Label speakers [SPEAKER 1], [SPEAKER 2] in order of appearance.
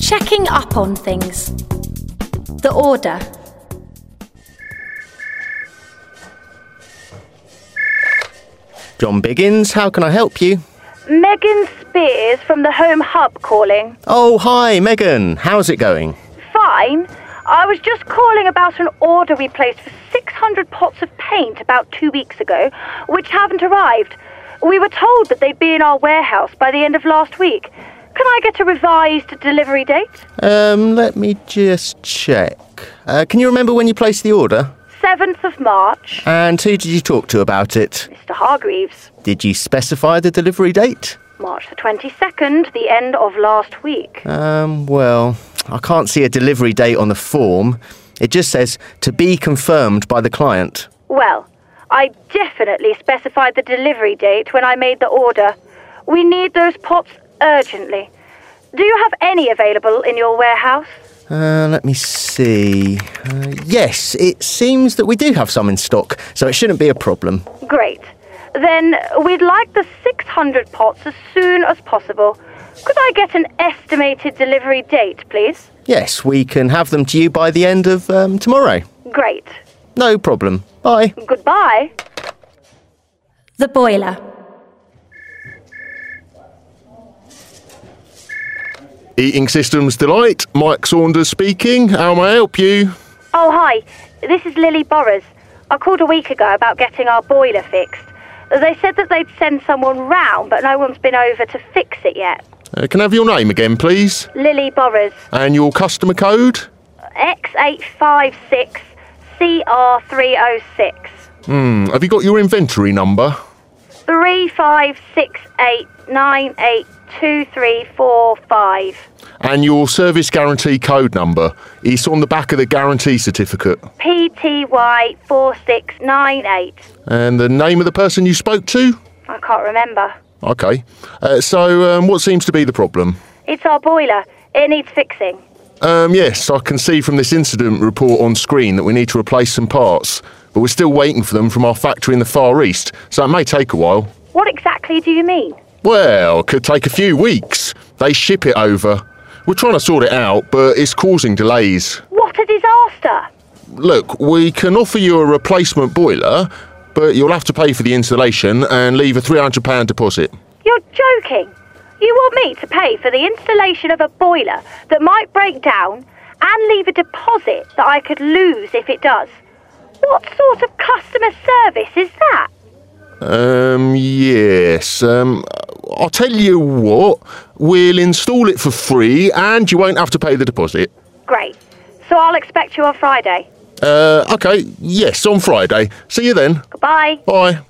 [SPEAKER 1] Checking up on things. The order.
[SPEAKER 2] John Biggins, how can I help you?
[SPEAKER 3] Megan Spears from the Home Hub calling.
[SPEAKER 2] Oh, hi, Megan. How's it going?
[SPEAKER 3] Fine. I was just calling about an order we placed for 600 pots of paint about two weeks ago, which haven't arrived. We were told that they'd be in our warehouse by the end of last week. Can I get a revised delivery date?
[SPEAKER 2] Um, let me just check. Uh, can you remember when you placed the order?
[SPEAKER 3] 7th of March,
[SPEAKER 2] And who did you talk to about it?
[SPEAKER 3] Mr. Hargreaves.
[SPEAKER 2] Did you specify the delivery date?
[SPEAKER 3] March the 22nd, the end of last week.
[SPEAKER 2] Um, well, I can't see a delivery date on the form. It just says to be confirmed by the client.
[SPEAKER 3] Well, I definitely specified the delivery date when I made the order. We need those pots urgently. Do you have any available in your warehouse?
[SPEAKER 2] Uh, let me see. Uh, yes, it seems that we do have some in stock, so it shouldn't be a problem.
[SPEAKER 3] Great. Then we'd like the 600 pots as soon as possible. Could I get an estimated delivery date, please?
[SPEAKER 2] Yes, we can have them to you by the end of um, tomorrow.
[SPEAKER 3] Great.
[SPEAKER 2] No problem. Bye.
[SPEAKER 3] Goodbye.
[SPEAKER 1] The boiler.
[SPEAKER 4] Eating Systems Delight, Mike Saunders speaking. How may I help you?
[SPEAKER 3] Oh, hi. This is Lily Borras. I called a week ago about getting our boiler fixed. They said that they'd send someone round, but no one's been over to fix it yet.
[SPEAKER 4] Uh, can I have your name again, please?
[SPEAKER 3] Lily Borras,
[SPEAKER 4] And your customer code?
[SPEAKER 3] X856CR306.
[SPEAKER 4] Hmm, have you got your inventory number?
[SPEAKER 3] 3568982345.
[SPEAKER 4] And your service guarantee code number? It's on the back of the guarantee certificate.
[SPEAKER 3] PTY4698.
[SPEAKER 4] And the name of the person you spoke to?
[SPEAKER 3] I can't remember.
[SPEAKER 4] Okay. Uh, so, um, what seems to be the problem?
[SPEAKER 3] It's our boiler. It needs fixing.
[SPEAKER 4] Um, yes, I can see from this incident report on screen that we need to replace some parts, but we're still waiting for them from our factory in the Far East, so it may take a while.
[SPEAKER 3] What exactly do you mean?
[SPEAKER 4] Well, could take a few weeks. They ship it over. We're trying to sort it out, but it's causing delays.
[SPEAKER 3] What a disaster!
[SPEAKER 4] Look, we can offer you a replacement boiler, but you'll have to pay for the installation and leave a £300 deposit.
[SPEAKER 3] You're joking. You want me to pay for the installation of a boiler that might break down and leave a deposit that I could lose if it does. What sort of customer service is that?
[SPEAKER 4] Um, yes. Um, I'll tell you what, we'll install it for free and you won't have to pay the deposit.
[SPEAKER 3] Great. So I'll expect you on Friday.
[SPEAKER 4] Uh, okay, yes, on Friday. See you then.
[SPEAKER 3] Goodbye.
[SPEAKER 4] Bye.